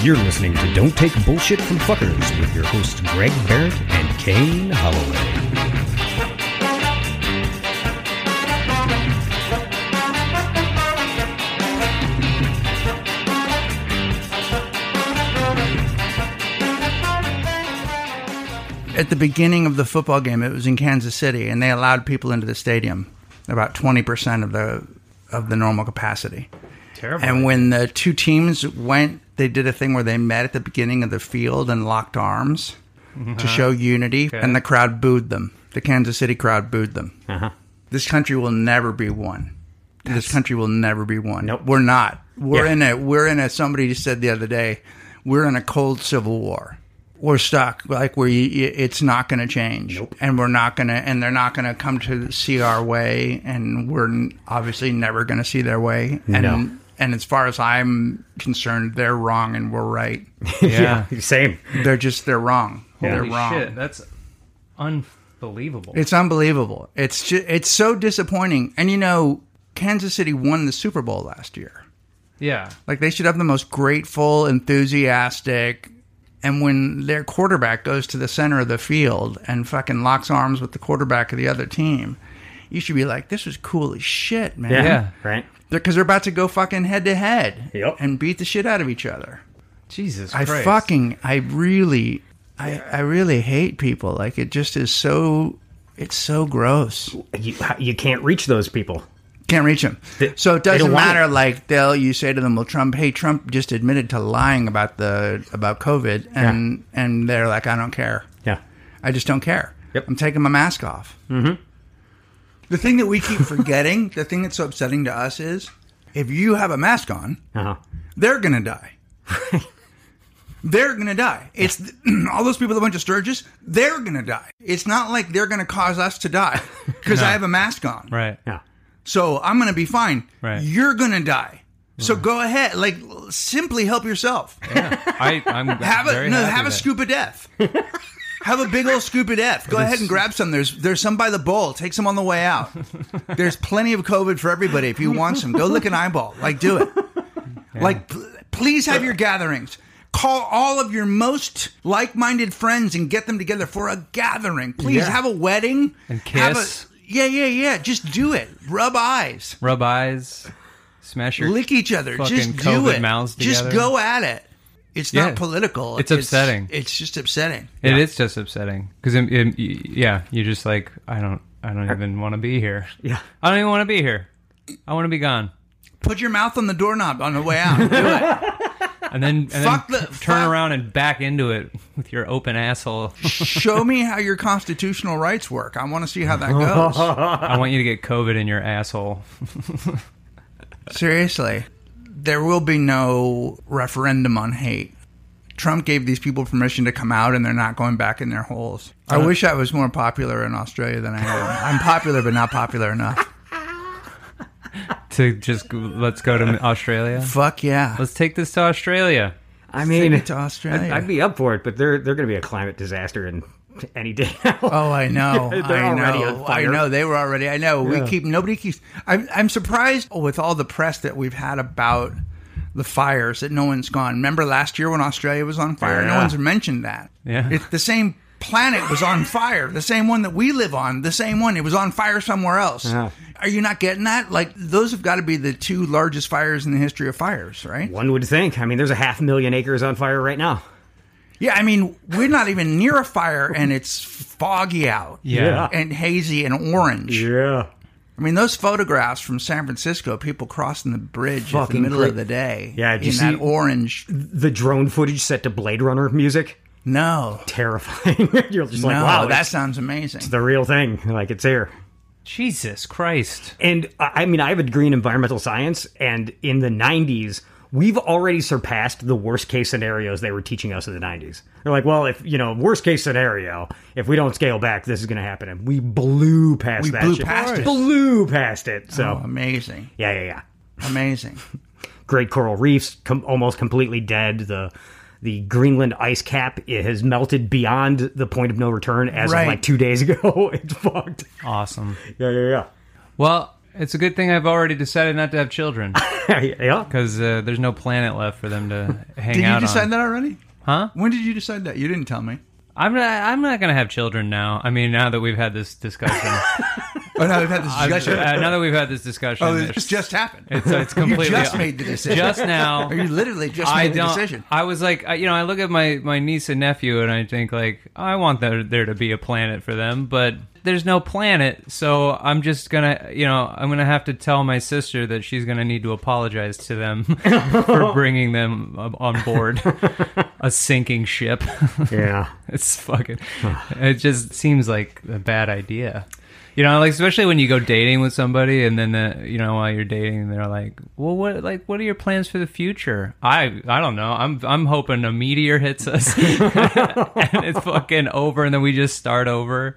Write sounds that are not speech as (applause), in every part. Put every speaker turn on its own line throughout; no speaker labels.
You're listening to Don't Take Bullshit from Fuckers with your hosts Greg Barrett and Kane Holloway.
at the beginning of the football game, it was in Kansas City, and they allowed people into the stadium, about twenty percent of the of the normal capacity.
Terrible.
And when the two teams went, they did a thing where they met at the beginning of the field and locked arms to show unity, and the crowd booed them. The Kansas City crowd booed them.
Uh-huh.
This country will never be one. this country will never be one.
Nope.
We're not. We're
Yeah.
in a we're in a somebody said the other day, we're in a cold civil war. We're stuck. Like we it's not going to change.
Nope.
And we're not going to and they're not going to come to see our way and we're n- obviously never going to see their way. And
No.
and as far as I'm concerned, they're wrong and we're right. (laughs)
yeah.
Uh, Same.
They're just they're wrong. they're
Holy
wrong.
shit, that's unbelievable.
It's unbelievable. It's just, it's so disappointing. And you know, Kansas City won the Super Bowl last year.
yeah.
Like they should have the most grateful, enthusiastic. And when their quarterback goes to the center of the field and fucking locks arms with the quarterback of the other team, you should be like, "This is cool as shit, man."
Yeah.
Yeah.
Right.
Because they're about to go fucking head to head
Yep.
and beat the shit out of each other.
Jesus
I
Christ.
fucking I really I I really hate people. Like it just is so it's so gross.
You, you can't reach those people.
Can't reach them.
They-
so it
they
doesn't
don't want
matter.
it.
Like they'll you say to them, "Well, Trump, hey, Trump just admitted to lying about the about COVID," and and they're like, "I don't care.
Yeah.
I just don't care.
Yep.
I'm taking my mask off." Mm-hmm. The thing that we keep forgetting, the thing that's so upsetting to us is, if you have a mask on,
Uh-huh.
they're
(laughs)
gonna die. they're gonna die. It's (clears throat) all those people that went to Sturgis. They're gonna die. It's not like they're gonna cause us
(laughs)
to die because I have a mask on.
Right.
Yeah.
So I'm gonna be fine.
Right.
You're gonna die. So go ahead. Like simply help yourself.
I,
(laughs)
I'm
Have a
very
no,
happy
have a
that-
scoop of
(laughs)
death. have a big old scoop of death. Go ahead and grab some. There's there's some by the bowl. Take some on the way out. There's plenty of COVID for everybody. If you want some, go lick an eyeball. Like do it. Like pl- please have your gatherings. Call all of your most like-minded friends and get them together for a gathering. Please
Yeah.
have a wedding
And
Have a-
kiss.
yeah, yeah, yeah. Just do it. Rub eyes
Rub eyes, smash your.
lick each other.
fucking
Just do
COVID
it.
mouths
just
together.
go at it. It's
Yeah.
not political.
It's upsetting.
It's just upsetting.
It is just upsetting because yeah, you're just like I don't I don't even want to be here.
Yeah.
I don't even want to be here. I want to be gone.
Put your mouth on the doorknob on the way
(laughs)
out.
And then, and then
Fuck the-
t- turn
fuck-
around and back into it with your open asshole.
Show me how your constitutional rights work. I want to see how that
(laughs)
goes.
I want you to get COVID in your asshole.
Seriously, there will be no referendum on hate. Trump gave these people permission to come out, and they're not going back in their holes. I
Uh.
wish I was more popular in Australia than I am. I'm popular, but not popular enough.
to just go- let's go to Australia.
Fuck yeah!
Let's take this to Australia.
I
Take
mean,
it to Australia.
I'd be up for it, but they're they're going to be a climate disaster in any day (laughs) now.
Oh, I know.
They're
I
already
know.
on fire.
I know. They were already. I know.
Yeah.
We keep nobody keeps. I'm I'm surprised with all the press that we've had about the fires that no one's gone. Remember last year when Australia was on fire? No
Yeah.
one's mentioned that.
Yeah.
It's the same planet was on fire. The same one that we live on. The same one. It was on fire somewhere else.
Yeah.
Are you not getting that? Like those have got to be the two largest fires in the history of fires, right?
One would think. I mean, there's a half million acres on fire right now.
Yeah. I mean, we're not even near a fire, and it's foggy out.
Yeah.
And hazy and orange.
Yeah.
I mean, those photographs from San Francisco, people crossing the bridge in
Fucking
the middle
great.
of the day.
Yeah,
in
did you
that
see-
orange.
The drone footage set to Blade Runner music.
No,
Terrifying. (laughs) You're just like,
no,
wow,
that
that's
sounds amazing.
the real thing. Like, it's here.
Jesus Christ.
And I I mean, I have a degree in environmental science, and in the 90s, we've already surpassed the worst case scenarios they were teaching us in the 90s. They're like, well, if, you know, worst case scenario, if we don't scale back, this is going to happen. And we blew past
We
that
blew
shit.
past it.
Blew past it. So,
oh, amazing,
yeah, yeah, yeah.
(laughs)
amazing.
great coral reefs com- almost completely dead. The the Greenland ice cap it has melted beyond the point of no return as (laughs)
Right.
of like two days ago. it's fucked.
Awesome.
Yeah, (laughs) yeah, yeah.
Well, It's a good thing I've already decided not to have children
yeah.
because uh, there's no planet left for them to hang
Did
out
you decide
on.
that already?
Huh?
When did you decide that? You didn't tell me.
I'm not. I'm not gonna have children now. I mean, now that we've had
(laughs)
this discussion,
Oh no, we've had this
(laughs) I've-
discussion.
uh, now that we've had this discussion,
oh,
it's-
this just happened.
it's, it's
(laughs)
completely
you just
(laughs)
made the decision.
just now.
(laughs) Or you literally just
I
made the
don't.
decision.
I was like, I, you know, I look at my my niece and nephew, and I think like, I want there there to be a planet for them, but there's no planet, so I'm just gonna, you know, I'm gonna have to tell my sister that she's gonna need to apologize to them
(laughs)
(laughs) for bringing them on- on board a sinking ship.
Yeah.
(laughs) It's fucking. it just seems like a bad idea. You know, like especially when you go dating with somebody, and then uh you know while you're dating, they're like, "Well, what like what are your plans for the future?" I I don't know. I'm I'm hoping a meteor hits us, (laughs) and it's fucking over, and then we just start over,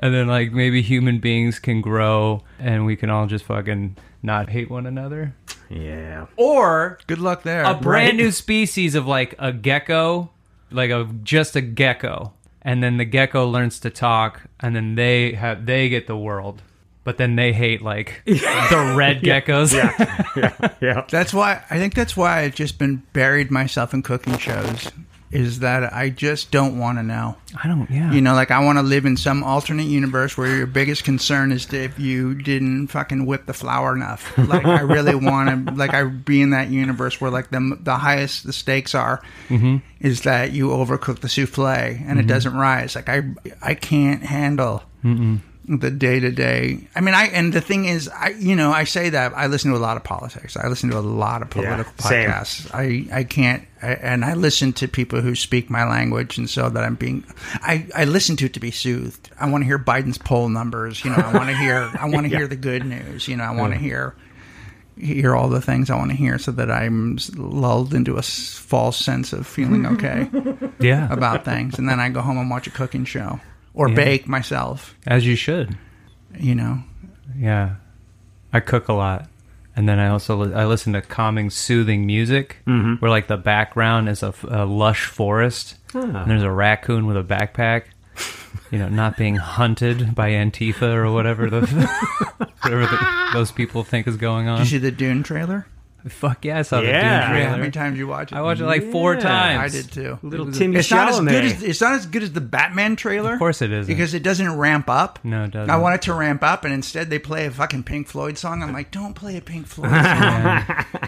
and then like maybe human beings can grow, and we can all just fucking not hate one another,
(laughs)
Yeah.
or
Good luck there.
a brand new species of like a gecko, like a just a gecko, and then the gecko learns to talk, and then they have they get the world, but then they
(laughs)
hate like the red geckos.
Yeah.
That's why I think that's why I've just been buried myself in cooking shows. Is that I just don't want to know.
(laughs) I don't. Yeah,
You know, like I want to live in some alternate universe where your biggest concern is if you didn't fucking whip the flour enough. Like I really want to, like I be in that universe where like the the highest the stakes are is that you overcook the souffle and it doesn't rise. Like I I can't handle the day to day. I mean, I and the thing is, I you know, I say that I listen to a lot of politics. I listen to a lot of political
same.
podcasts. I I can't, I, and I listen to people who speak my language, and so that I'm being, I I listen to it to be soothed. I want to hear Biden's poll numbers. You know, I want to hear, I want to hear the good news. You know, I want to hear. Hear all the things I want to hear, so that I'm lulled into a s- false sense of feeling okay
yeah.
about things, and then I go home and watch a cooking show or bake myself.
As you should.
You know,
Yeah, I cook a lot, and then I also li- I listen to calming, soothing music
Mm-hmm.
where like the background is a, f- a lush forest,
Ah.
and there's a raccoon with a backpack. You know, not being hunted by Antifa or whatever the (laughs) whatever the, those people think is going on.
You see the Dune trailer?
Fuck yeah, I saw
Yeah.
the Dune
How
trailer.
many times you watch it?
I watched it like four
Yeah.
times.
I did too.
Little Timmy
It's not as
Chalamet.
good as it's not as good as the Batman trailer.
Of course it isn't.
because it doesn't ramp up.
No, it doesn't.
I want it to ramp up, and instead they play a fucking Pink Floyd song. I'm like, don't play a Pink Floyd
(laughs)
song.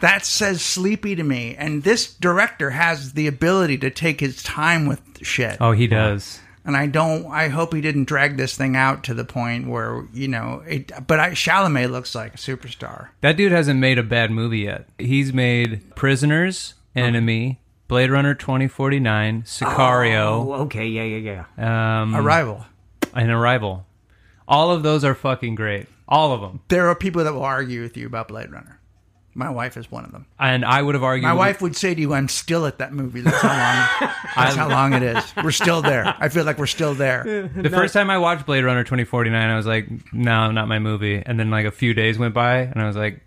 that says sleepy to me. And this director has the ability to take his time with shit.
oh, he does.
and I don't. I hope he didn't drag this thing out to the point where you know. It, but I, Chalamet looks like a superstar.
That dude hasn't made a bad movie yet. He's made Prisoners,
Oh.
Enemy, Blade Runner 2049, Sicario,
Oh, okay. Yeah, yeah, yeah.
um,
Arrival.
and Arrival. All of those are fucking great. All of them.
There are people that will argue with you about Blade Runner. My wife is one of them.
And I would have argued.
My wife would say to you, "I'm still at that movie. That's how long. that's how long it is. We're still there. I feel like we're still there."
The first time I watched Blade Runner 2049, I was like, no, not my movie. And then like a few days went by, and I was like,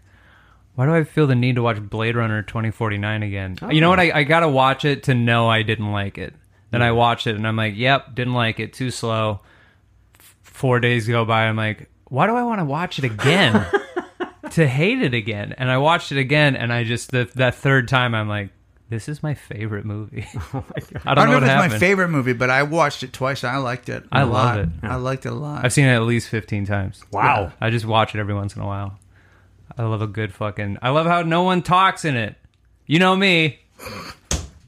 why do I feel the need to watch Blade Runner 2049 again? You know what? I, I got to watch it to know I didn't like it. Then I watched it, and I'm like, yep, didn't like it. Too slow. F- four days go by, I'm like, why do I want to watch it again? to hate it again. And I watched it again, and I just, the, that third time, I'm like, this is my favorite movie. I don't,
I
know
don't
what
know if it's
happened.
my favorite movie, but I watched it twice. and I liked it. I
I love it.
I liked it a lot.
I've seen it at least 15 times.
Wow.
I just watch it every once in a while. I love a good fucking. I love how no one talks in it. You know me.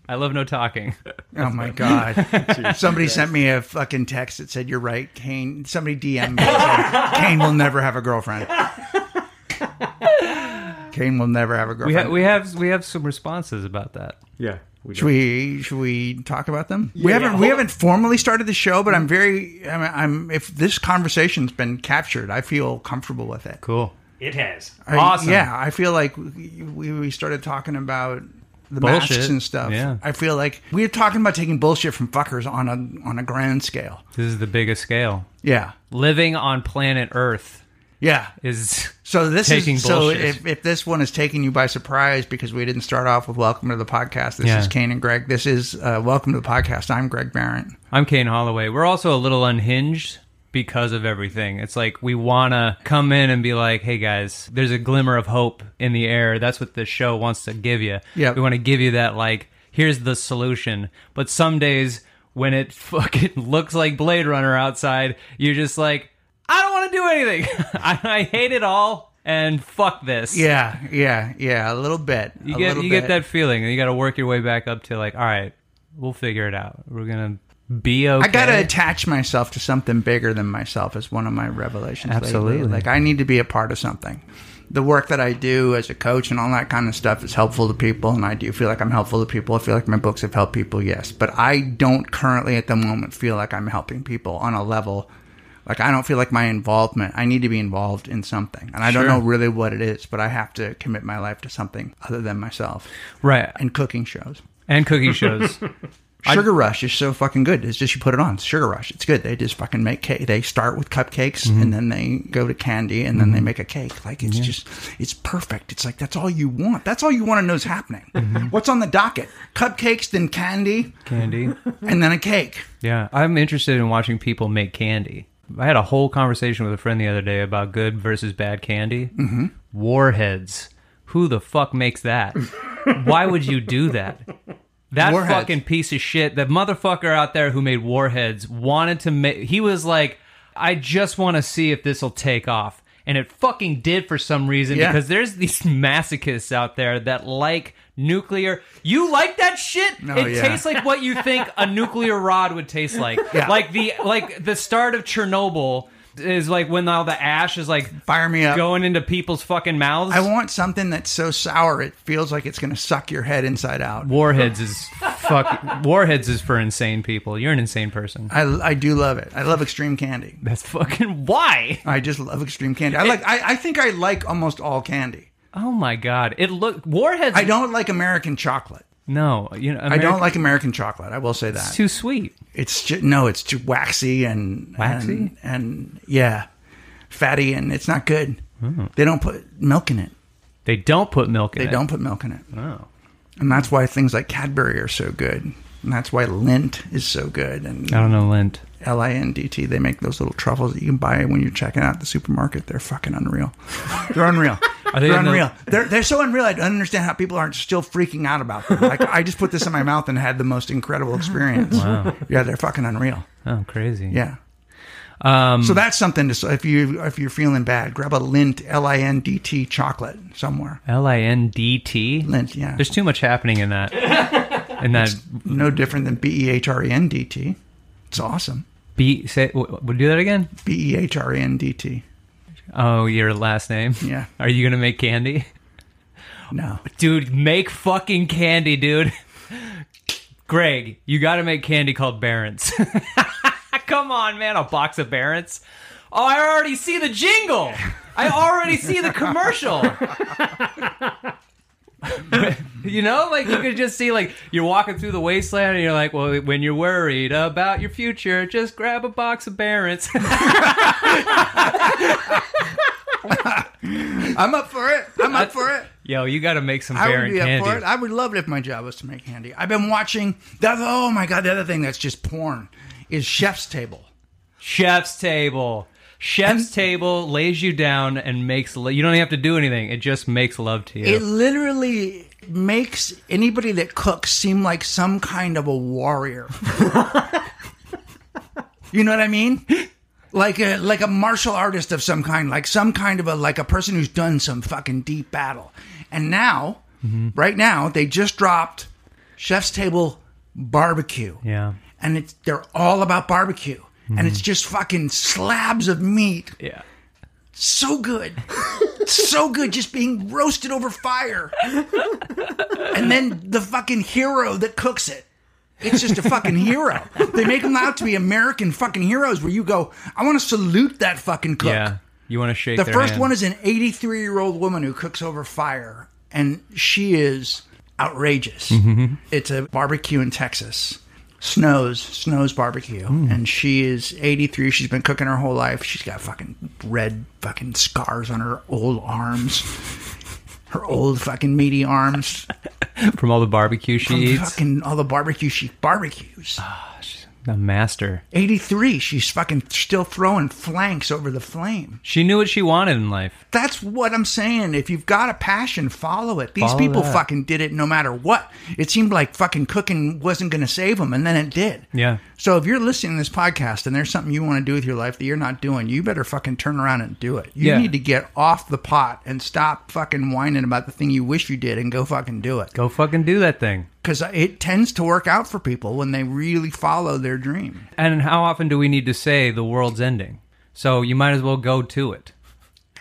I love no talking.
oh
(laughs)
my god! Somebody sent me a fucking text that said, "You're right, Kane." Somebody DM'd me. and Said, Kane will never have a
(laughs)
girlfriend. Kane will never have a
We, ha-
girlfriend.
we have we have some responses about that.
Yeah. We
Should
do.
we should we talk about them? we
Yeah,
haven't
yeah.
we haven't formally started the show, but
Mm.
I'm very I'm, I'm if this conversation's been captured, I feel comfortable with it.
Cool.
It has.
I-
Awesome.
yeah, I feel like we, we started talking about the masks
Bullshit.
and stuff.
Yeah.
I feel like we're talking about taking bullshit from fuckers on a on a grand scale.
This is the biggest scale.
Yeah,
Living on planet Earth
yeah.
is
So this
Taking
is so
bullshit.
if, if this one is taking you by surprise because we didn't start off with welcome to the podcast. This
Yeah.
is Kane and Greg. This is uh, welcome to the podcast. I'm Greg Barrett.
I'm Kane Holloway. We're also a little unhinged because of everything. It's like we want to come in and be like, hey guys, there's a glimmer of hope in the air. That's what this show wants to give you.
Yep.
We want to give you that, like, here's the solution. But some days when it (laughs) fucking looks like Blade Runner outside, you're just like, I don't want to do anything. (laughs) I, I hate it all and fuck this.
Yeah, yeah, yeah. A little bit.
You
a
get
little
you
bit.
get that feeling, and you got to work your way back up to like, all right, we'll figure it out. We're gonna be okay.
I gotta attach myself to something bigger than myself is one of my revelations. lately.
Absolutely.
like I need to be a part of something. The work that I do as a coach and all that kind of stuff is helpful to people, and I do feel like I'm helpful to people. I feel like my books have helped people, yes, but I don't currently at the moment feel like I'm helping people on a level. Like I don't feel like my involvement. I need to be involved in something, and I don't know really what it is, but I have to commit my life to something other than myself
right
and cooking shows.
and cooking shows.
Sugar Rush is so fucking good. It's just you put it on. It's Sugar Rush. It's good. They just fucking make cake. They start with cupcakes and then they go to candy and then they make a cake. Like it's just, it's perfect. It's like that's all you want. That's all you want to know is happening. What's on the docket? Cupcakes, then candy,
Candy.
and then a cake.
Yeah, I'm interested in watching people make candy. I had a whole conversation with a friend the other day about good versus bad candy. Mm-hmm. Warheads. Who the fuck
(laughs)
makes that? Why would you do that? That
Warheads.
fucking piece of shit. That motherfucker out there who made warheads wanted to make. He was like, I just want to see if this will take off. And it fucking did for some reason
Yeah.
because there's these (laughs) masochists out there that like nuclear. You like that shit?
No,
it
Oh, yeah.
tastes like what you think a nuclear rod would taste like. Like the like the start of Chernobyl is like when all the ash is like
Fire me up.
going into people's fucking mouths.
I want something that's so sour it feels like it's gonna suck your head inside out.
Warheads is fuck. Warheads is for insane people. You're an insane person.
I, I do love it. I love extreme candy.
That's fucking why.
I just love extreme candy. I like. I, I think I like almost all candy.
Oh my god! It look warheads.
I don't like American chocolate.
No, you know
I don't
America-
like American chocolate. I will say that.
It's too sweet.
It's just, no, it's too waxy and
Waxy?
and, and yeah, fatty, and it's not good.
Hmm.
They don't put milk in it.
They don't put milk in
They
it.
don't put milk in it,
Oh.
and that's why things like Cadbury are so good. And that's why Lint is so good. And
I don't know lint.
L I N D T, they make those little truffles that you can buy when you're checking out at the supermarket. They're fucking unreal. They're unreal.
Are they
are
in the-
unreal. They're, they're so unreal. I don't understand how people aren't still freaking out about them. Like I just put this in my mouth and had the most incredible experience. Yeah, they're fucking unreal.
Oh, crazy.
Yeah. so that's something to so if you if you're feeling bad, grab a lint L I N D T chocolate somewhere.
L i n d t.
Lint, yeah.
There's too much happening in that. In that
no different than B E H R E N D T. It's awesome.
B say w- w- do that again.
B E H R E N D T.
Oh, your last name.
Yeah.
Are you gonna make candy,
No.
dude? Make fucking candy, dude. Greg, you got to make candy called Barents. (laughs) Come on, man, a box of Barents. Oh, I already see the jingle. I already see the commercial. (laughs) you know, like you could just see, like you're walking through the wasteland, and you're like, well, when you're worried about your future, just grab a box of Barents.
I'm up for it. I'm up for it.
(laughs) Yo, you got to make some
I would
Baron
be up
candy.
for it. I would love it if my job was to make candy. I've been watching the other, oh my god, the other thing that's just porn is Chef's Table.
Chef's table. Chef's
And-
table lays you down and makes lo- you don't even have to do anything. It just makes love to you.
It literally makes anybody that cooks seem like some kind of a warrior. (laughs) you know what I mean? Like a like a martial artist of some kind, like some kind of a like a person who's done some fucking deep battle. And now, right now, they just dropped Chef's Table Barbecue
yeah.
and it's they're all about barbecue and it's just fucking slabs of meat
Yeah.
so good so good just being roasted over fire and then the fucking hero that cooks it it's just a fucking hero they make them out to be american fucking heroes where you go i want to salute that fucking cook
Yeah. You want to shake
the
their
first
hand.
one is an 83 year old woman who cooks over fire, and she is outrageous.
Mm-hmm.
It's a barbecue in Texas. Snows, Snows barbecue,
Hmm.
and she is 83. She's been cooking her whole life. She's got fucking red fucking scars on her old arms, her old fucking meaty arms,
from all the barbecue she eats. Ah.
fucking all the barbecue she barbecues.
The master.
83, she's fucking still throwing flanks over the flame.
She knew what she wanted in life.
That's what I'm saying. If you've got a passion, follow it. These
Follow
people
that.
fucking did it no matter what. It seemed like fucking cooking wasn't going to save them, and then it did.
Yeah.
So if you're listening to this podcast and there's something you want to do with your life that you're not doing, you better fucking turn around and do it. You
Yeah.
need to get off the pot and stop fucking whining about the thing you wish you did and go fucking do it.
Go fucking do that thing.
Because it tends to work out for people when they really follow their dream.
And how often do we need to say the world's ending? So you might as well go to it.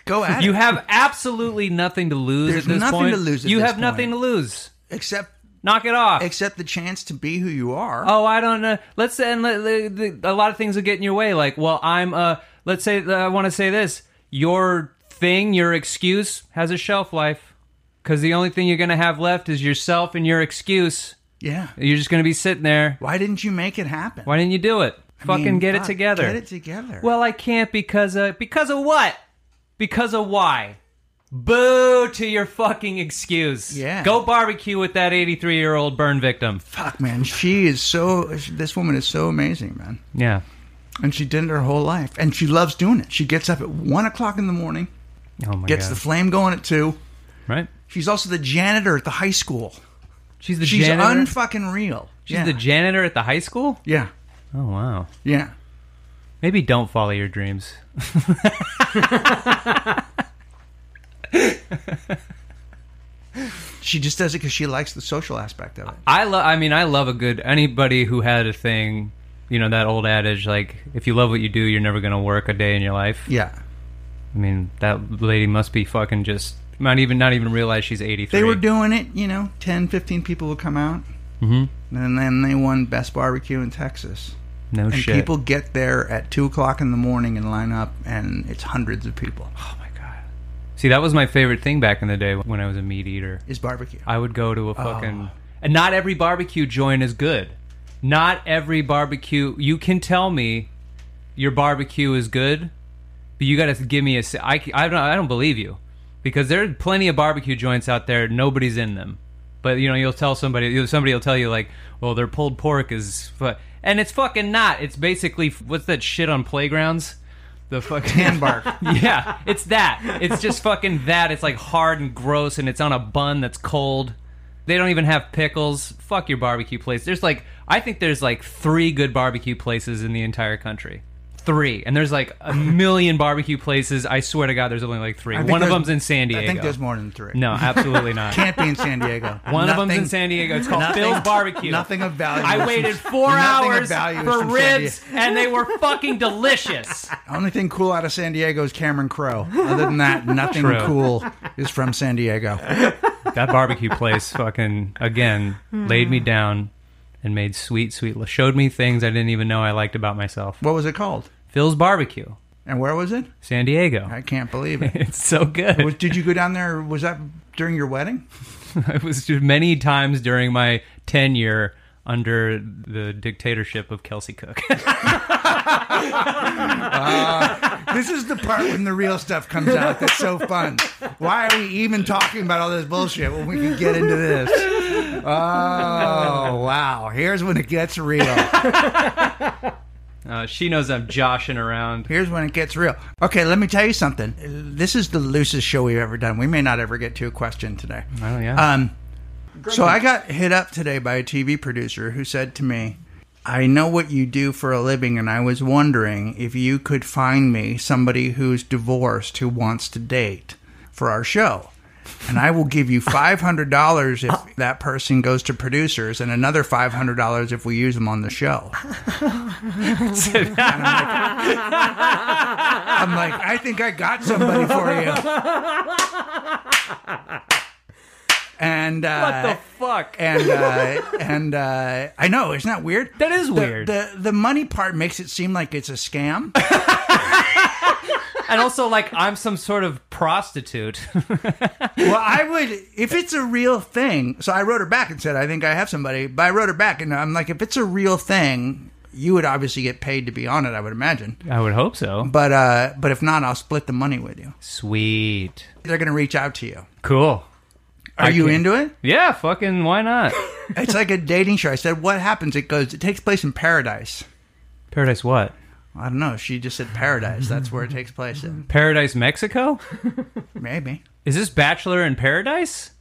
Go at
You
it.
have absolutely nothing to lose
There's
at this
nothing
point.
to lose at
you
this
have nothing to
point.
lose.
Except
Knock it off.
except the chance to be who you are.
oh, I don't know. Let's say and let, let- the- a lot of things will get in your way. Like, well, I'm uh Let's say that I want to say this. Your thing, your excuse, has a shelf life, because the only thing you're gonna have left is yourself and your excuse.
Yeah.
You're just gonna be sitting there.
Why didn't you make it happen?
Why didn't you do it?
I
Fucking
mean,
get it
fuck,
together.
Get it together.
Well, I can't because of because of what? Because of why? Boo to your fucking excuse.
Yeah.
Go barbecue with that 83 year old burn victim.
fuck, man. She is so. This woman is so amazing, man.
Yeah.
And she did it her whole life, and she loves doing it. She gets up at one o'clock in the morning,
Oh my
gets the flame going at two.
right.
She's also the janitor at the high school.
She's the
She's
janitor.
unfucking real.
She's
yeah.
the janitor at the high school.
yeah,
Oh wow.
yeah.
Maybe don't follow your dreams.
She just does it because she likes the social aspect of it.
I love. I mean, I love a good anybody who had a thing. You know that old adage, like if you love what you do, you're never gonna work a day in your life.
Yeah,
I mean, that lady must be fucking just not even not even realize she's 83.
they were doing it. You know, 10, 15 people would come out, mm-hmm. and then they won best barbecue in Texas.
no
And
shit.
people get there at two o'clock in the morning and line up, and it's hundreds of people.
Oh my god. See, that was my favorite thing back in the day when I was a meat eater.
Is barbecue? (laughs)
I would go to a fucking and not every barbecue joint is good. Not every barbecue you can tell me your barbecue is good, but you got to give me a s- I c- I don't I don't believe you because there are plenty of barbecue joints out there nobody's in them. But you know, you'll tell somebody you'll- somebody will tell you like, "Well, their pulled pork is fu-. and it's fucking not. It's basically what's that shit on playgrounds? The fucking
Tan
(laughs)
bark.
yeah, it's that. It's just fucking that. It's like hard and gross, and it's on a bun that's cold. They don't even have pickles. Fuck your barbecue place. There's like, I think there's like three good barbecue places in the entire country. Three, and there's like a million barbecue places. I swear to God, there's only like three.
I think
One of
there's-
them's in San Diego.
I think there's more than three.
No, absolutely
(laughs)
not.
Can't be in San Diego.
(laughs) One of them's
Nothing-
in San Diego. It's called
nothing-
Phil's Barbecue.
Nothing of value.
I
is-
waited four
nothing of
hours
value is
for
from San
ribs, and they were fucking delicious.
Only thing cool out of San Diego is Cameron Crowe. Other than that,
(laughs)
nothing
True.
cool is from San Diego.
that barbecue place fucking again laid me down and made sweet sweet showed me things i didn't even know i liked about myself
What was it called?
phil's barbecue
And where was it?
san diego
I can't believe it.
(laughs) it's so good
Was- Did you go down there? Was that during your wedding?
it was just many times during my tenure under the dictatorship of kelsey cook (laughs)
This is the part when the real stuff comes out that's so fun. Why are we even talking about all this bullshit when we can get into this? Oh, wow. Here's when it gets real.
uh, she knows i'm joshing (laughs) around
Here's when it gets real. Okay, let me tell you something. This is the loosest show we've ever done. We may not ever get to a question today.
oh yeah
Um, so I got hit up today by a TV producer who said to me, "I know what you do for a living, and I was wondering if you could find me somebody who's divorced who wants to date for our show." And I will give you five hundred dollars
(laughs)
if that person goes to producers, and another five hundred dollars if we use them on the show. I'm like, I think I got somebody for you. And uh,
what the fuck
and uh, and uh, I know isn't that weird?
That is
The-
weird.
The, the money part makes it seem like it's a scam.
and also like i'm some sort of prostitute (laughs)
well, I would if it's a real thing. So I wrote her back and said, I think I have somebody. But I wrote her back and I'm like, if it's a real thing, you would obviously get paid to be on it. I would imagine.
i would hope so
But uh, but if not, I'll split the money with you.
sweet
They're gonna reach out to you.
cool
Are you
can-
into it?
yeah fucking why not
It's like a dating show. I said, what happens? It goes. It takes place in paradise.
Paradise what?
I don't know. She just said paradise. That's where it takes place.
(laughs)
In.
Paradise, Mexico?
Maybe.
Is this Bachelor in Paradise?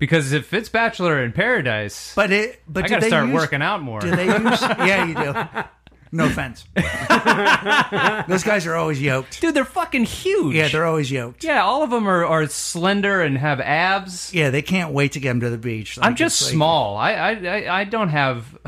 Because if it's Bachelor in Paradise,
But it. But
I
do
gotta
they
start
use,
working out more.
Do they
(laughs)
use? yeah, you do. No offense. Those guys are always yoked.
Dude, they're fucking huge.
Yeah, they're always yoked.
yeah. All of them are, are slender and have abs.
Yeah, they can't wait to get them to the beach. Like,
I'm just
it's like-
small. I, I I I don't have.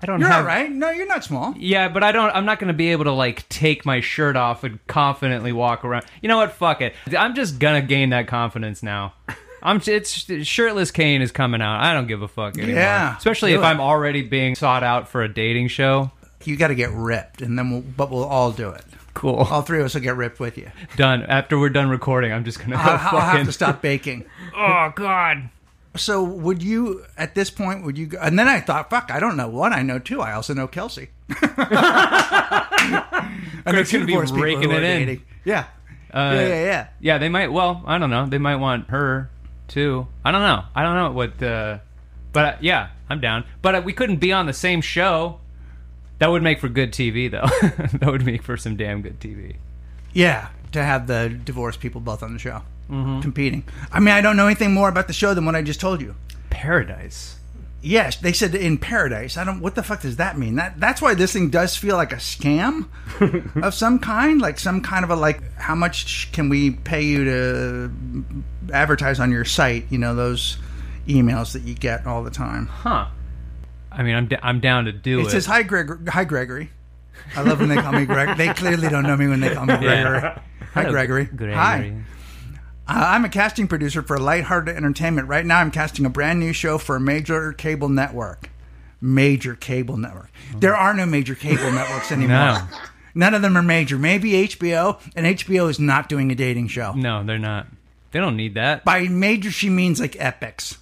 I don't
You're
have.
all right. No, you're not small.
Yeah, but I don't. I'm not going to be able to like take my shirt off and confidently walk around. You know what? Fuck it. I'm just gonna gain that confidence now. I'm. It's shirtless Kane is coming out. I don't give a fuck anymore.
Yeah,
especially
do
if
it.
I'm already being sought out for a dating show.
You got to get ripped, and then we'll, but we'll all do it.
Cool.
All three of us will get ripped with you.
done. After we're done recording, I'm just gonna go (laughs)
I'll, I'll have
fucking.
to stop baking.
Oh God.
So would you at this point would you go, and then I thought fuck I don't know one I know two I also know Kelsey. (laughs) and
Greg's
two
gonna be
divorced people
raking
who
it
are
in. Uh,
dating. Yeah. yeah, yeah, yeah.
Yeah, they might. Well, I don't know. They might want her too. I don't know. I don't know what. Uh, but uh, yeah, I'm down. But uh, we couldn't be on the same show. That would make for good TV, though. (laughs) that would make for some damn good TV.
Yeah, to have the divorced people both on the show competing. I mean, I don't know anything more about the show than what I just told you.
Paradise.
Yes, they said in paradise. I don't. What the fuck does that mean? That that's why this thing does feel like a
(laughs)
scam of some kind, like some kind of a like. How much can we pay you to advertise on your site? You know those emails that you get all the time.
Huh. I mean, I'm d- I'm down to do
It
it.
says hi, Greg. Hi, Gregory. I love when they call me Greg. They clearly don't know me when they call me Gregory. Hi,
Hello,
Gregory.
Gregory.
Hi. Uh, I'm a casting producer for Lighthearted Entertainment. Right now, I'm casting a brand new show for a major cable network. Major cable network. There are no major cable (laughs) networks anymore.
No.
None of them are major. Maybe HBO, and HBO is not doing a dating show.
No, they're not. They don't need that.
By major, she means like epics.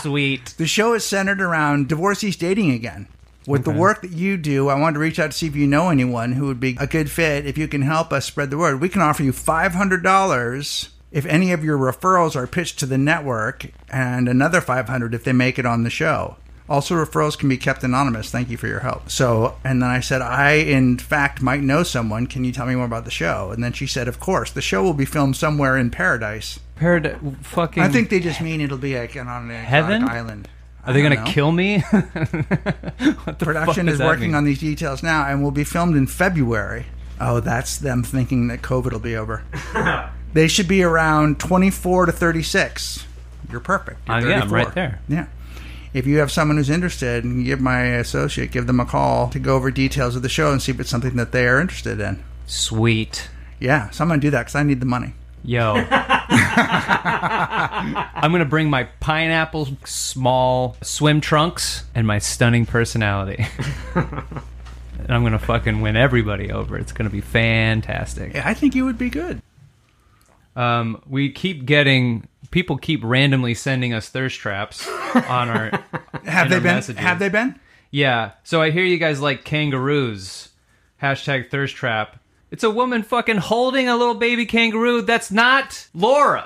Sweet.
The show is centered around divorcees dating again. With the work that you do, I wanted to reach out to see if you know anyone who would be a good fit. If you can help us spread the word, we can offer you $500 if any of your referrals are pitched to the network, and another 500 if they make it on the show. Also, referrals can be kept anonymous. Thank you for your help. So, and then I said, I in fact might know someone. Can you tell me more about the show? And then she said, Of course. The show will be filmed somewhere in paradise.
Paradise. Fucking.
I think they just mean it'll be like an on an exotic
Hmm. Heaven?
island.
Are they
I don't
gonna
know.
kill me? (laughs)
Production
does
is
that
working
mean?
on these details now and will be filmed in February. Oh, that's them thinking that COVID will be
(laughs)
over. they should be around 24 to 36. You're perfect. You're
Uh, yeah, I'm
34.
right there.
Yeah. If you have someone who's interested, and give my associate, give them a call to go over details of the show and see if it's something that they are interested in.
Sweet.
Yeah, so I'm gonna do that because I need the money.
Yo. I'm going to bring my pineapple small swim trunks and my stunning personality. and I'm going to fucking win everybody over. It's going to be fantastic.
Yeah, I think you would be good.
Um, we keep getting people keep randomly sending us thirst traps on our
Have
And
they
our
been?
messages.
Have they been?
Yeah. So I hear you guys like kangaroos. Hashtag thirst trap. It's a woman fucking holding a little baby kangaroo. That's not Laura.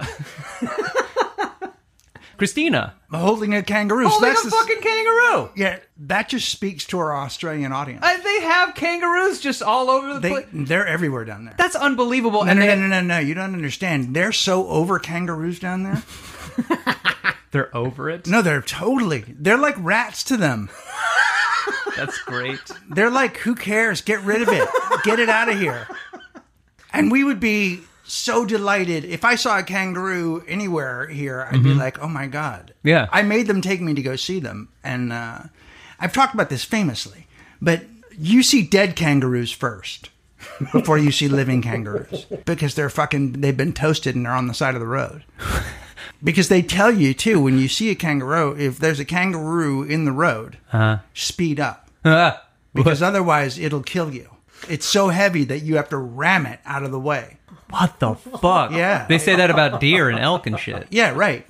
Christina.
Holding a kangaroo. so
holding
that's
a
the s-
Oh, fucking kangaroo.
yeah. That just speaks to our Australian audience.
Uh, they have kangaroos just all over the
They
place.
they're everywhere down there.
That's unbelievable.
No,
and
no,
they,
no, no, no, no. You don't understand. They're so over kangaroos down there.
they're over it.
No, they're totally. They're like rats to them.
That's
(laughs)
great.
They're like, who cares? Get rid of it. Get it out of here. And we would be so delighted if I saw a kangaroo anywhere here. I'd be like, oh my god.
Yeah.
I made them take me to go see them, and uh, I've talked about this famously. But you see dead kangaroos first. Before you see living kangaroos, because they're fucking, they've been toasted and they're on the side of the road. Because they tell you too when you see a kangaroo, if there's a kangaroo in the road, speed up
Ah.
because otherwise it'll kill you. It's so heavy that you have to ram it out of the way.
what the fuck?
Yeah.
They say that about deer and elk and shit.
Yeah, right.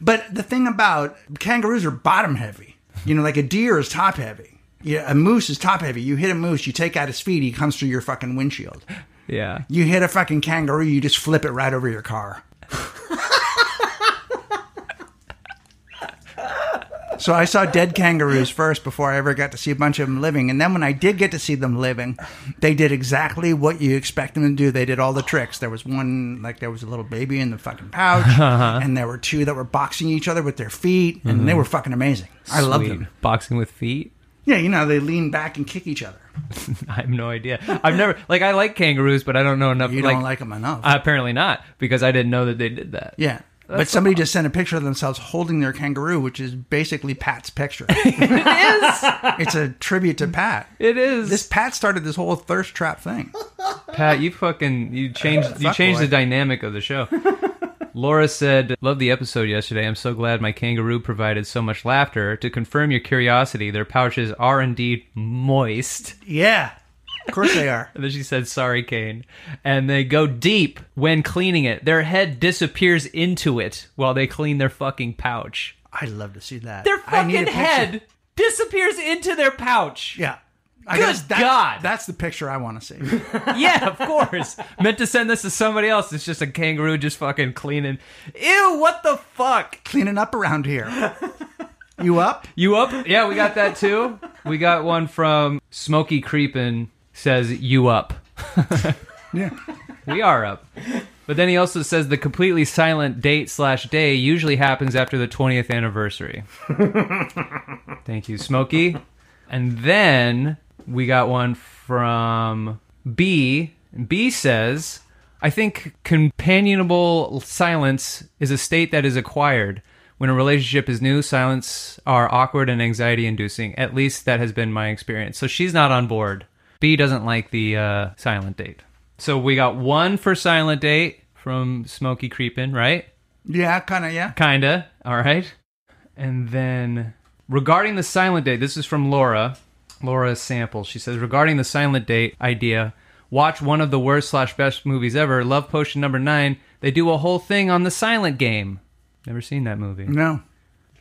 But the thing about kangaroos are bottom heavy. You know, like a deer is top heavy. Yeah, a moose is top heavy. You hit a moose, you take out his feet, he comes through your fucking windshield.
Yeah.
You hit a fucking kangaroo, you just flip it right over your car. So I saw dead kangaroos first before I ever got to see a bunch of them living. And then when I did get to see them living, they did exactly what you expect them to do. They did all the tricks. There was one, like, there was a little baby in the fucking pouch, and there were two that were boxing each other with their feet, and they were fucking amazing. I loved
Sweet.
them.
Boxing with feet. (laughs)
Yeah, you know, they lean back and kick each other.
I have no idea. I've never like I like kangaroos, but I don't know enough.
You
like,
don't like them enough.
apparently not because I didn't know that they did that.
yeah. But somebody just sent a picture of themselves holding their kangaroo, which is basically Pat's
(laughs)
picture. it's a tribute to Pat.
It is
This Pat started this whole thirst trap thing.
Pat. You fucking
(laughs)
you changed you
Fuck
changed
boy.
the dynamic of
(laughs)
the show. Laura said, "Love the episode yesterday. I'm so glad my kangaroo provided so much laughter. To confirm your curiosity, their pouches are indeed moist." (laughs)
Yeah. Of course they are.
And then she said, "Sorry, Kane." And they go deep when cleaning it. Their head disappears into it while they clean their fucking pouch.
I'd love to see that.
Their
I need a
fucking
picture.
head disappears into their pouch.
Yeah. I
Good
guess that's,
God.
That's the picture I want to see.
Yeah, of course. Meant to send this to somebody else. It's just a kangaroo just fucking cleaning. Ew, what the fuck?
Cleaning up around here. You up?
You up? Yeah, we got that too. We got one from Smokey Creepin says, You up.
Yeah.
(laughs) We are up. But then he also says the completely silent date slash day usually happens after the 20th anniversary. Thank you, Smokey. And then we got one from B. B says, I think companionable silence is a state that is acquired. When a relationship is new, silence are awkward and anxiety inducing. At least that has been my experience. So she's not on board. B doesn't like the uh, silent date. So we got one for silent date from Smokey Creepin, right?
Yeah, kind of, yeah.
Kinda. All right. And then regarding the silent date, this is from Laura. Laura Sample. She says regarding the silent date idea, watch one of the worst slash best movies ever, Love Potion number nine. They do a whole thing on the silent game. Never seen that movie,
No.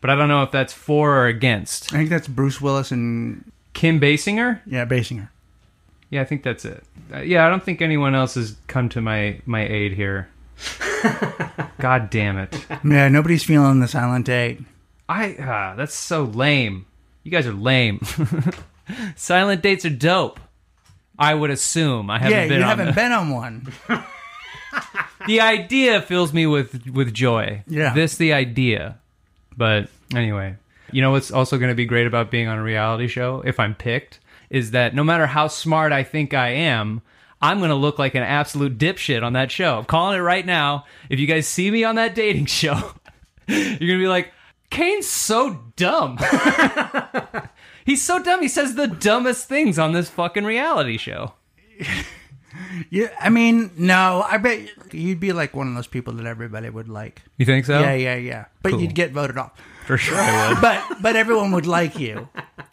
but I don't know if that's for or against.
I think that's Bruce Willis and,
Kim Basinger.
yeah, Basinger.
Yeah, I think that's it. Uh, yeah, I don't think anyone else has come to my my aid here. God damn it!
Yeah, nobody's feeling the silent date.
I ah, that's so lame. You guys are lame. (laughs) Silent dates are dope. I would assume. I haven't
yeah,
been
you
on
haven't
them.
been on one.
The idea fills me with with joy.
Yeah.
This the idea. But anyway, you know what's also going to be great about being on a reality show if I'm picked is that no matter how smart I think I am, I'm going to look like an absolute dipshit on that show. I'm calling it right now. If you guys see me on that dating (laughs) show, you're going to be like, "Kane's so dumb." (laughs) He's so dumb. He says the dumbest things on this fucking reality show.
Yeah, I mean, no, I bet you'd be like one of those people that everybody would like.
You think so?
Yeah, yeah, yeah. But you'd get voted off.
For sure I would.
But but everyone would like (laughs) you.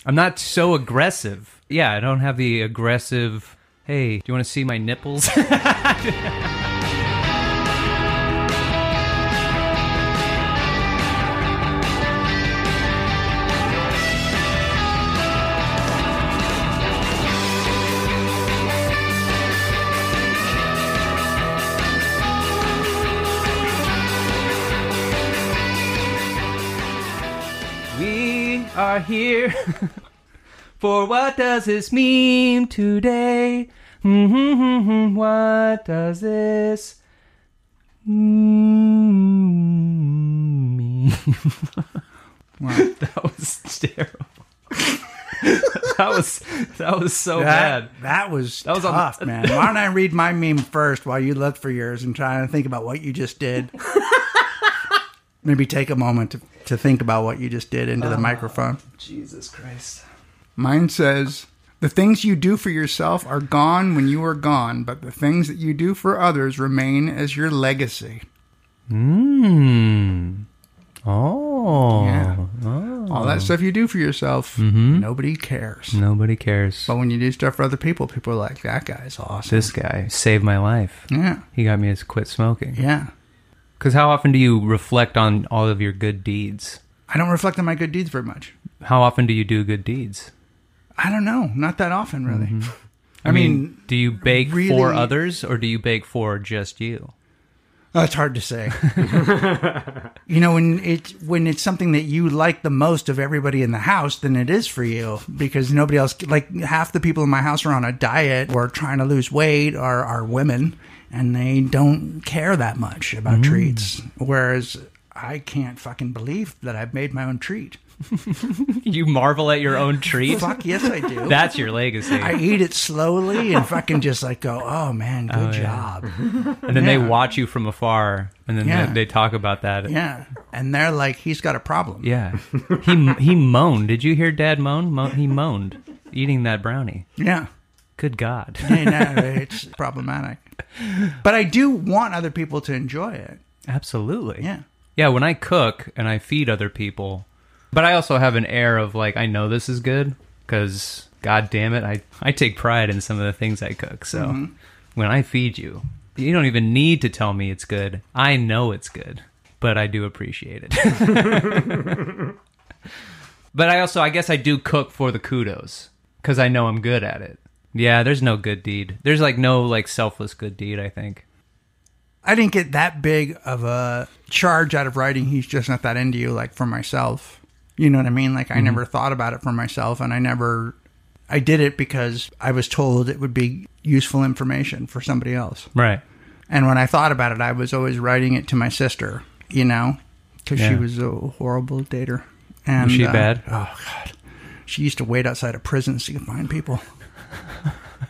I'm not so aggressive. Yeah, I don't have the aggressive. Hey, do you want to see my nipples? (laughs) we are here (laughs) for what does this mean today? Mm-hmm, what does this mean? (laughs) that was terrible. (laughs) that was that was so bad.
That, that was
was a-
tough, man. Why don't I read my meme first while you look for yours and try and think about what you just (laughs) did? Maybe take a moment to, to think about what you just did into the microphone.
Jesus Christ.
Uh, Mine says, The things you do for yourself are gone when you are gone, but the things that you do for others remain as your legacy.
Hmm. Oh.
Yeah.
oh.
All that stuff you do for yourself, nobody cares.
Nobody cares.
But when you do stuff for other people, people are like, that guy's awesome.
This guy saved my life.
yeah.
He got me to quit smoking.
Yeah.
Because how often do you reflect on all of your good deeds?
I don't reflect on my good deeds very much.
How often do you do good deeds?
I don't know. Not that often, really. I mean,
do you bake
really-
for others or do you (laughs) bake for just you?
Oh, it's hard to say. you know, when it when it's something that you like the most of everybody in the house, then it is for you because nobody else. Like half the people in my house are on a diet or trying to lose weight or are women, and they don't care that much about treats. Whereas I can't fucking believe that I've made my own treat.
You marvel at your
(laughs)
own treat.
Fuck yes, I do.
(laughs) That's your legacy.
I eat it slowly and fucking just like go, oh man, good job.
and then they
yeah.
watch you from afar, and then
Yeah.
they, they talk about that.
Yeah. And they're like, he's got a problem.
Yeah. He he moaned. Did you hear Dad moan? Mo- he moaned eating that brownie.
Yeah.
Good God.
(laughs) I know, it's problematic. But I do want other people to enjoy it.
Absolutely.
Yeah.
Yeah, when I cook and I feed other people, but I also have an air of like I know this is good cuz god damn it, I I take pride in some of the things I cook. So when I feed you, you don't even need to tell me it's good. I know it's good, but I do appreciate it. but I also I guess I do cook for the kudos cuz I know I'm good at it. Yeah, there's no good deed. There's like no like selfless good deed, I think.
I didn't get that big of a charge out of writing. He's just not that into you, like for myself. You know what I mean? Like,
Mm-hmm.
I never thought about it for myself, and I never. I did it because I was told it would be useful information for somebody else.
Right.
And when I thought about it, I was always writing it to my sister, you know, because she
Yeah.
was a horrible dater. And
Was she
uh,
bad?
Oh God, she used to wait outside of prisons to find people.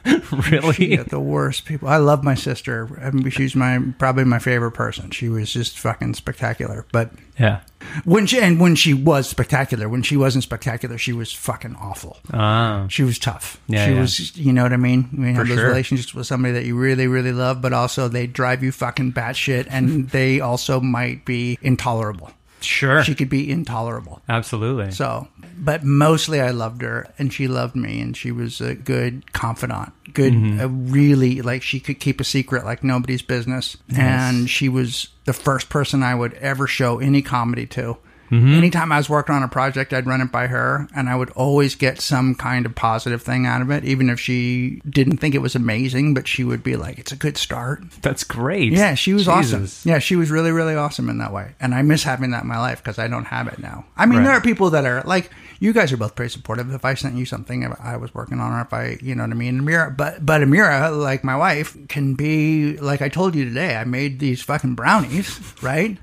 (laughs) really?
She got the worst people. I love my sister. I mean, she's my probably my favorite person. She was just fucking spectacular. But
Yeah.
when she and when she was spectacular, when she wasn't spectacular, she was fucking awful.
Ah.
She was tough.
Yeah,
she
yeah.
was. You know what I mean? I mean, have those
sure.
relationships with somebody that you really, really love, but also they drive you fucking batshit, and
(laughs)
they also might be intolerable.
Sure.
She could be intolerable.
Absolutely.
So, but mostly I loved her, and she loved me, and she was a good confidant. Good, a really like she could keep a secret like nobody's business, and she was the first person I would ever show any comedy to. Anytime I was working on a project, I'd run it by her, and I would always get some kind of positive thing out of it, even if she didn't think it was amazing. But she would be like, "It's a good start."
That's great.
Yeah, she was
Jesus.
awesome. Yeah, she was really, really awesome in that way. And I miss having that in my life because I don't have it now. I mean,
Right.
there are people that are like, you guys are both pretty supportive. If I sent you something if I was working on, or if I, you know what I mean, Amira, but but Amira, like my wife, can be like I told you today. I made these fucking brownies, (laughs) right?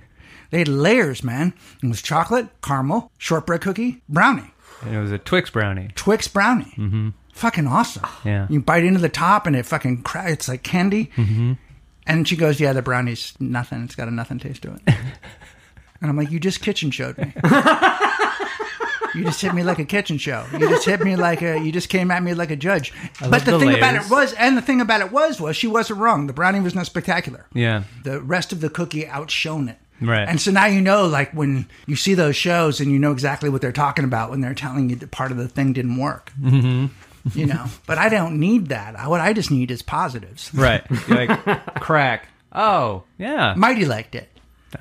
They had layers, man. It was chocolate, caramel, shortbread cookie, brownie.
And it was a Twix brownie.
Twix brownie. Mm-hmm. Fucking awesome.
Yeah.
You bite into the top and it fucking cra- it's like candy. Mm-hmm. And she goes, "Yeah, the brownie's nothing. It's got a nothing taste to it." and I'm like, "You just kitchen showed me. you just hit me like a kitchen show. You just hit me like a. You just came at me like a judge." but
love
the,
the
thing about
layers.
it was, and the thing about it was, was she wasn't wrong. The brownie was not spectacular
Yeah.
the rest of the cookie outshone it.
Right.
And so now you know, like when you see those shows and you know exactly what they're talking about when they're telling you that part of the thing didn't work. Mm-hmm. you know, but I don't need that. I, what I just need is positives.
Right. You're (laughs) like crack. Oh, yeah.
Mighty liked it.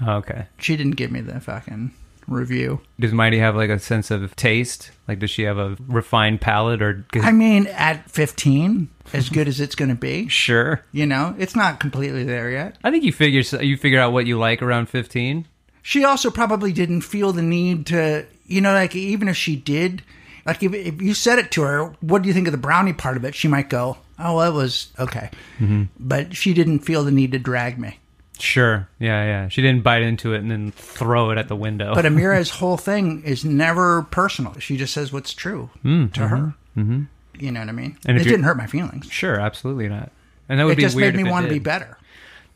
Ah, okay.
She didn't give me the fucking review.
Does Mighty have like a sense of taste? Like, does she have a refined palate or?
I mean, at 15, as good as it's going to be,
sure.
you know, it's not completely there yet.
I think you figure you figure out what you like around fifteen.
she also probably didn't feel the need to, you know, like even if she did, like if, if you said it to her, what do you think of the brownie part of it? She might go, oh, well, it was okay.
Mm-hmm.
But she didn't feel the need to drag me.
Sure. Yeah, yeah. She didn't bite into it and then throw it at the window. (laughs)
But Amira's whole thing is never personal. She just says what's true to her. Mm-hmm. You know what I mean?
Hmm, And if
it
you're-
didn't hurt my feelings.
sure, absolutely not. And that would
It
be
just
weird
made me
if it
want to
did.
be better.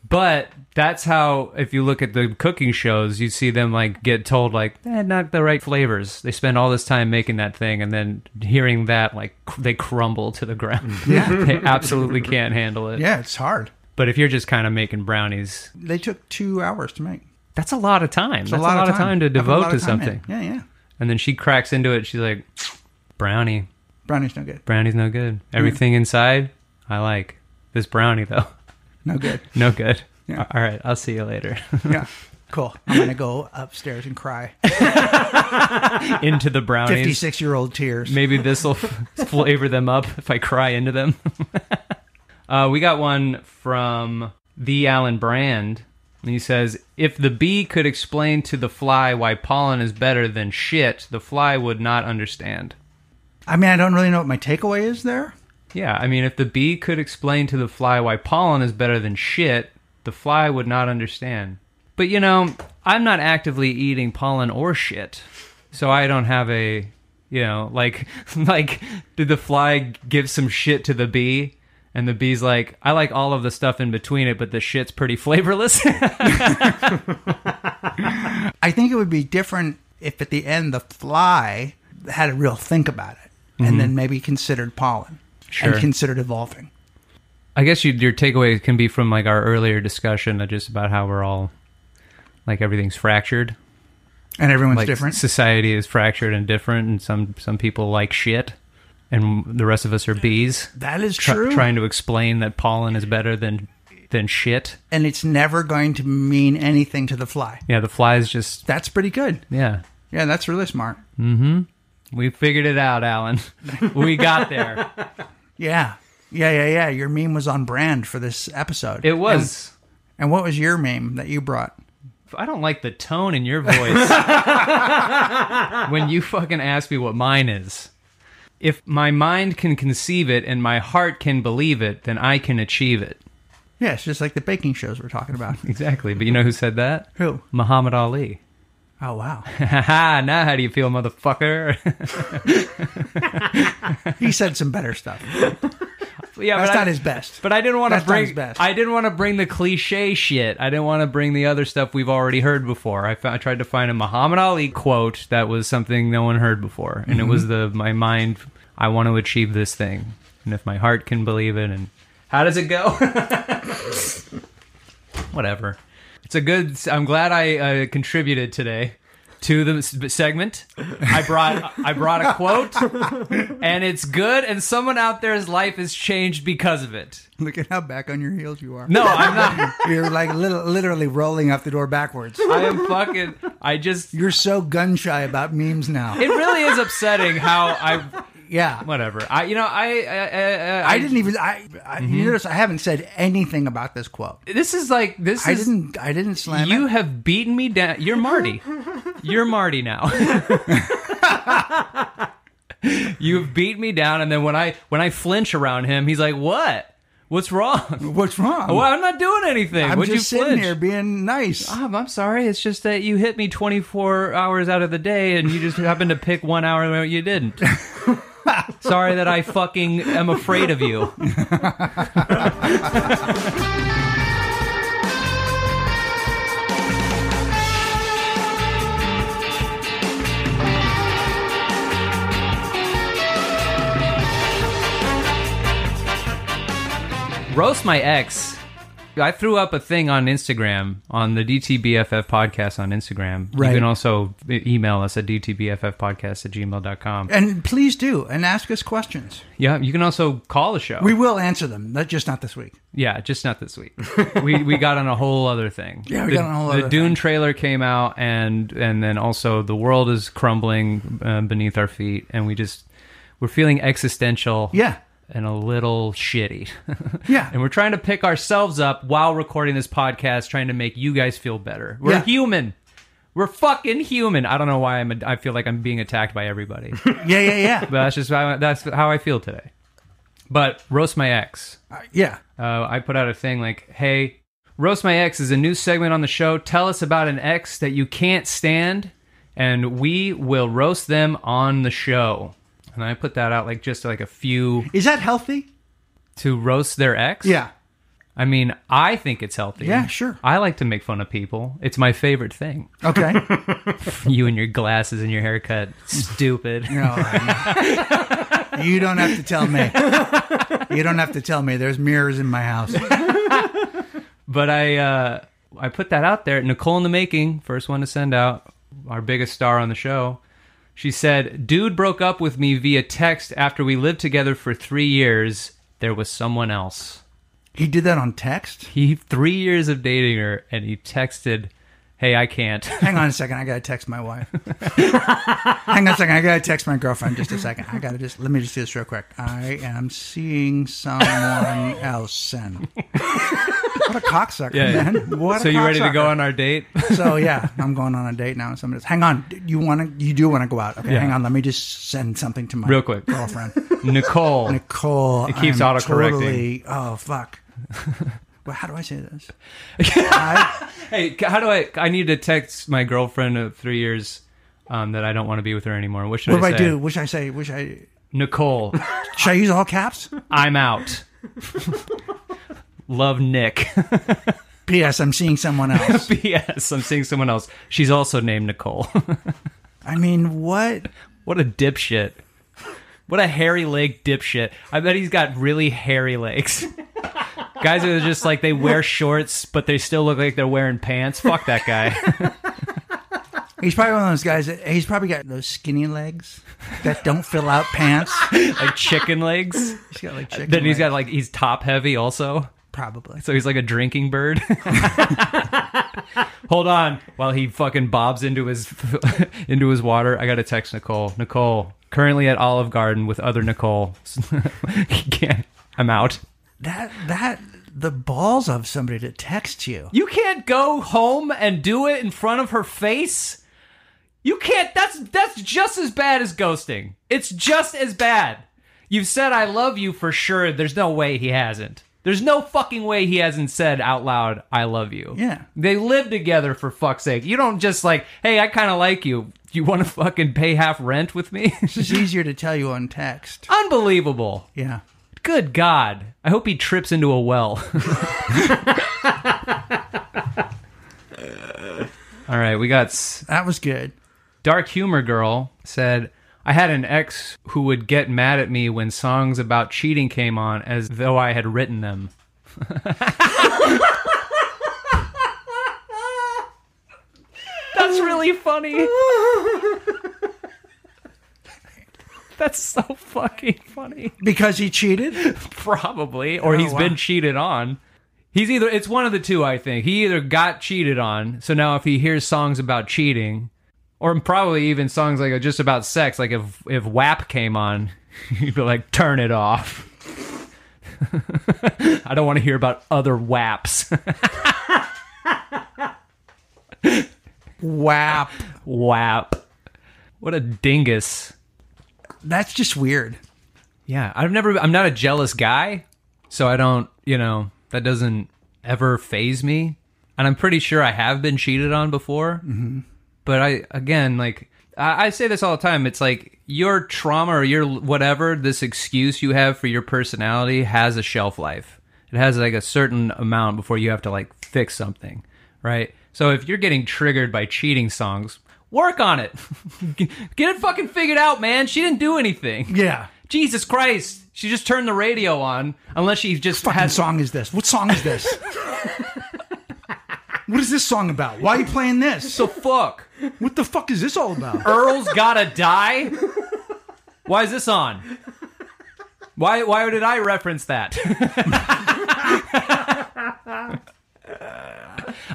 But that's how, if you look at the cooking shows, you see them like get told like, eh, not the right flavors. They spend all this time making that thing, and then hearing that, like cr- they crumble to the ground.
Mm. Yeah.
(laughs) they absolutely can't handle it.
Yeah, it's hard.
But if you're just kind of making brownies,
They took two hours to make.
that's a lot of time.
It's
that's a lot, of time, to
I put a
devote
lot
to
of time in.
something.
Yeah, yeah.
And then she cracks into it. She's like, brownie,
Brownie's no good.
brownie's no good.
Mm.
Everything inside, I like this brownie though. (laughs)
No good.
No good.
Yeah.
All right, I'll see you later.
Yeah. (laughs) Cool. I'm going to go upstairs and
(laughs)
cry.
Into the brownies.
56 year old tears.
Maybe this will (laughs) flavor them up if I cry into (laughs) them. uh, we got one from the Alan Brand And he says, if the bee could explain to the fly why pollen is better than shit, the fly would not understand.
I mean, I don't really know what my takeaway is there.
Yeah, I mean, if the bee could explain to the fly why pollen is better than shit, the fly would not understand. But you know, I'm not actively eating pollen or shit, so I don't have a, you know, like, (laughs) like, did the fly give some shit to the bee? And the bee's like, I like all of the stuff in between it, but the shit's pretty (laughs) flavorless.
I think it would be different if at the end the fly had a real think about it and then maybe considered pollen
Mm-hmm. Sure.
and considered evolving.
I guess you, your takeaway can be from like our earlier discussion, uh, just about how we're all, like, everything's fractured.
And everyone's
like
different.
society is fractured and different and some some people like shit and the rest of us are bees
that is
tr-
true.
trying to explain that pollen is better than than shit
and it's never going to mean anything to the fly.
yeah the flies just
That's pretty good.
yeah
Yeah, that's really smart.
we figured it out alan (laughs) we got there
Yeah. Yeah, yeah, yeah. Your meme was on brand for this episode.
it was
And, and what was your meme that you brought?
i don't like the tone in
(laughs)
your voice when you fucking ask me what mine is if my mind can conceive it and my heart can believe it then i can achieve it
Yeah, it's just like the baking shows we're talking about.
exactly but you know who said that
Who?
muhammad ali
Oh, wow.
Haha, now how do you feel, motherfucker? (laughs)
He said some better (laughs) stuff.
yeah,
That's not
but I,
his best.
But I didn't want to
That's not
bring.
his best.
I didn't want to bring the cliche shit. I didn't want to bring the other stuff we've already heard before. I, found, I tried to find a Muhammad Ali quote that was something no one heard before, and it was
Mm-hmm.
the my mind. I want to achieve this thing, and if my heart can believe it, and how does it go? (laughs) Whatever. It's a good. I'm glad I uh, contributed today to the s- segment. I brought I brought a quote, and it's good. And someone out there's life is changed because of it.
Look at how back on your heels you are.
No, I'm not.
You're like lit- literally rolling out the door backwards.
I am fucking. I just.
You're so gun shy about memes now.
It really is upsetting how I.
yeah.
Whatever. I. You know. I. I, I, I,
I didn't even. I, I you notice I haven't said anything about Mm-hmm. this quote.
This is like. This
I
is.
didn't. I didn't slam
You
it.
have beaten me down. You're Marty. You're Marty now. (laughs) You've beat me down, and then when I when I flinch around him, he's like, "What? What's
(laughs)
wrong?
What's wrong?
Well, I'm not doing anything.
I'm
What'd
just
you
sitting
flinch?
here being nice.
Um, I'm sorry. It's just that you hit me 24 hours out of the day, and you just happened to pick one hour when you didn't. sorry that I fucking am afraid of you. Roast my ex. I threw up a thing on Instagram on the DTBFF podcast on Instagram.
Right.
You can also e- email us at dtbffpodcast at gmail.com.
And please do and ask us questions.
Yeah, you can also call the show.
We will answer them. Not just not this week.
yeah, just not this week.
(laughs)
we we got on a whole other thing.
Yeah, we
the,
got on a whole
The
other
Dune trailer came out, and and then also the world is crumbling uh, beneath our feet, and we just we're feeling existential.
Yeah.
And a little shitty. (laughs)
Yeah.
And we're trying to pick ourselves up while recording this podcast, trying to make you guys feel better. We're
Yeah.
human. We're fucking human. I don't know why I'm. A, I feel like I'm being attacked by everybody.
Yeah, yeah, (laughs) yeah.
But that's just how, that's how I feel today. But roast my ex.
Uh, yeah.
Uh, I put out a thing like, "Hey, roast my ex is a new segment on the show. Tell us about an ex that you can't stand, and we will roast them on the show." And I put that out like just like a few
Is that healthy?
to roast their ex.
Yeah.
I mean, I think it's healthy.
Yeah, sure.
I like to make fun of people. It's my favorite thing. (laughs)
Okay. (laughs)
you and your glasses and your haircut,
(laughs)
stupid.
No, I
(laughs)
know. you don't have to tell me. You don't have to tell me. There's mirrors in my house.
but I uh, I put that out there. Nicole in the making, first one to send out, our biggest star on the show. She said, "Dude broke up with me via text after we lived together for three years. There was someone else.
He did that on text.
He three years of dating her, and he texted." Hey, I can't. (laughs)
Hang on a second. I gotta text my wife. Hang on a second. I gotta text my girlfriend just a second. I gotta just let me just do this real quick. I am seeing someone else. Sen. What a cocksucker,
Yeah, yeah.
man. What a
so you ready to go
cocksucker.
on our date? (laughs)
So yeah, I'm going on a date now. And somebody says, "Hang on, you want to? You do want to go out? Okay, hang on. Let me just send something to my
Real quick.
girlfriend,
Nicole.
Nicole.
It keeps
I'm
autocorrecting.
Totally, oh fuck. (laughs) well, how do I say this?
(laughs)
I,
Hey, how do I? I need to text my girlfriend of three years um, that I don't want to be with her anymore. What should
what do
I
I
say?
do? Wish I say? Wish I?
Nicole,
Should I use all caps?
I'm out. (laughs) Love Nick. (laughs)
P.S. I'm seeing someone else.
P.S. I'm seeing someone else. She's also named Nicole. (laughs)
I mean, what?
what a dipshit. What a hairy leg dipshit. I bet he's got really hairy legs. (laughs) Guys are just like they wear shorts, but they still look like they're wearing pants. Fuck that guy. (laughs)
He's probably one of those guys. That, he's probably got those skinny legs that don't fill out pants.
like chicken legs.
He's got like chicken.
Then he's
legs,
got like he's top heavy also.
probably.
So he's like a drinking bird. (laughs) Hold on, while he fucking bobs into his (laughs) into his water. I got to text Nicole. Nicole currently at Olive Garden with other Nicole. (laughs) He can't- I'm out.
That that the balls of somebody to text you.
You can't go home and do it in front of her face. You can't. That's that's just as bad as ghosting. It's just as bad. You've said I love you for sure. There's no way he hasn't. There's no fucking way he hasn't said out loud I love you.
Yeah.
They live together for fuck's sake. You don't just like, "Hey, I kind of like you. You want to fucking pay half rent with me?" (laughs)
It's easier to tell you on text.
Unbelievable.
Yeah.
Good god. I hope he trips into a well. (laughs) All right, we got s-
That was good.
Dark Humor Girl said, I had an ex who would get mad at me when songs about cheating came on as though I had written them. (laughs) That's really funny. That's so fucking funny.
Because he cheated?
Probably. Or
Oh,
he's been
wow.
cheated on. He's either, it's one of the two, I think. He either got cheated on, so now if he hears songs about cheating, or probably even songs like uh, just about sex, like if, if WAP came on, (laughs) he'd be like, turn it off. (laughs) I don't want to hear about other WAPs. (laughs)
Wow.
WAP. What a dingus.
That's just weird.
Yeah, I've never. I'm not a jealous guy, so I don't. You know, that doesn't ever phase me. And I'm pretty sure I have been cheated on before. Mm-hmm. But I again, like I, I say this all the time. It's like your trauma or your whatever this excuse you have for your personality has a shelf life. It has like a certain amount before you have to like fix something, right? So if you're getting triggered by cheating songs, work on it. (laughs) Get it fucking figured out, man. She didn't do anything.
Yeah.
Jesus Christ. She just turned the radio on, unless she just
Fucking
has.
song is this? What song is
(laughs)
this? what is this song about? Why are you playing this?
The fuck?
What the fuck is this all about?
Earl's gotta die? Why is this on? Why, why did I reference that? (laughs)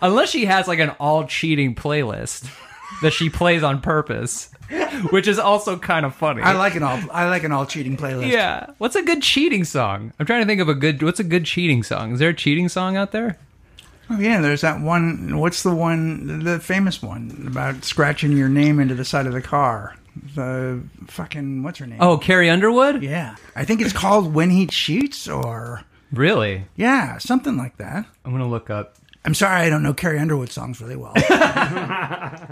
Unless she has like an all cheating playlist that she plays on purpose, which is also kind of funny.
I like an all I like an all cheating playlist.
yeah. What's a good cheating song? I'm trying to think of a good. What's a good cheating song? Is there a cheating song out there?
Oh yeah, there's that one what's the one the famous one about scratching your name into the side of the car. The fucking what's her name?
Oh, Carrie Underwood?
yeah. I think it's called When He Cheats or
Really?
yeah, something like that.
I'm gonna look up
I'm sorry I don't know Carrie Underwood songs really
(laughs)
well.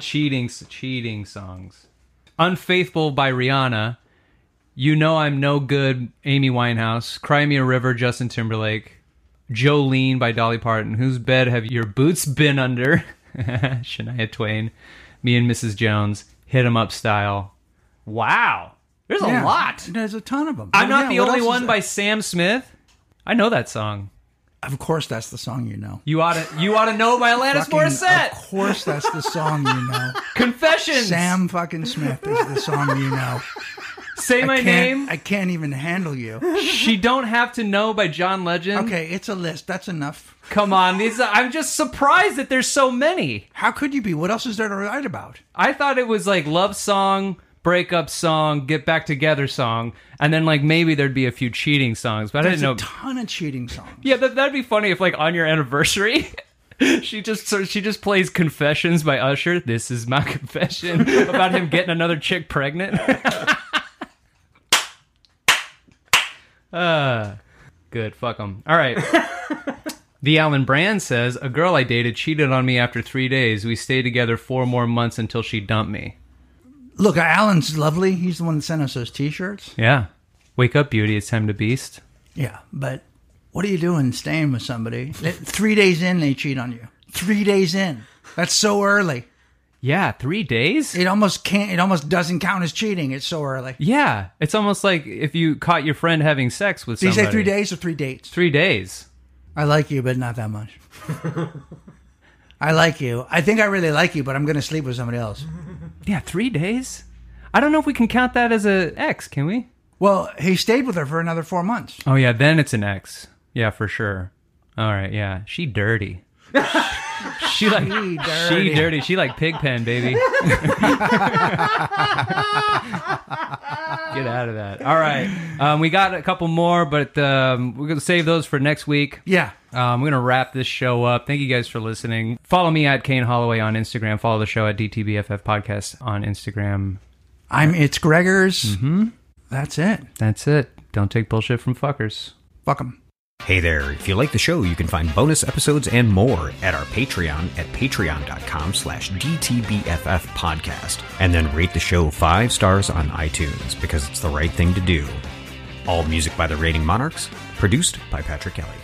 cheating cheating songs. Unfaithful by Rihanna. You know I'm no good. Amy Winehouse. Cry Me a River. Justin Timberlake. Jolene by Dolly Parton. Whose bed have your boots been under? (laughs) Shania Twain. Me and Mrs. Jones. Hit 'em up style. Wow, there's a
Yeah.
lot.
There's a ton of them.
I'm not the only one by
by.
Sam Smith. I know that song.
Of course, that's the song you know.
You oughta you oughta know my Alanis
Fucking- Of
Morissette.
course, that's the song you
(laughs)
know.
Confessions.
Sam fucking Smith is the song you know.
Say (laughs) my
Can't-
name.
I can't even handle you.
She Don't Have to Know by John Legend.
Okay, it's a list. That's enough.
Come on, these I'm just surprised that there's so many.
How could you be? What else is there to write about?
I thought it was like love song, breakup song, get back together song, and then like maybe there'd be a few cheating songs, but I
There's
didn't know.
a ton of cheating songs.
yeah, that, that'd be funny if like on your anniversary. (laughs) She just so she just plays Confessions by Usher. This is my
(laughs)
confession about him getting another chick pregnant. (laughs) uh, good fuck him.
(laughs)
All right. The Alan Brand says, "A girl I dated cheated on me after 3 days. We stayed together 4 more months until she dumped me."
Look, Alan's lovely. He's the one that sent us those T-shirts.
Yeah. Wake up, beauty. It's time to beast.
Yeah, but what are you doing staying with somebody? Th- Three days in, they cheat on you. Three days in. That's so early.
Yeah, three days?
It almost can't. It almost doesn't count as cheating. It's so early.
yeah. It's almost like if you caught your friend having sex with
Did you
somebody.
say three days or three dates?
Three days.
I like you, but not that much. I like you. I think I really like you, but I'm going to sleep with somebody else.
Yeah, three days? I don't know if we can count that as a ex, can we?
Well, he stayed with her for another four months.
Oh yeah, then it's an ex. Yeah, for sure. All right, yeah. She dirty. she like
She dirty.
she dirty. She like pigpen, baby. Get out of that. All right. Um, we got a couple more, but um, we're gonna save those for next week.
Yeah.
Um, we're going to wrap this show up. Thank you guys for listening. Follow me at Kane Holloway on Instagram. Follow the show at DTBFF Podcast on Instagram.
I'm. It's Gregor's. Mm-hmm. That's it.
That's it. Don't take bullshit from fuckers.
Fuck them.
Hey there, if you like the show, you can find bonus episodes and more at our Patreon at patreon.com slash DTBFF podcast. And then rate the show five stars on iTunes because it's the right thing to do. All music by the Rating Monarchs, produced by Patrick Kelly.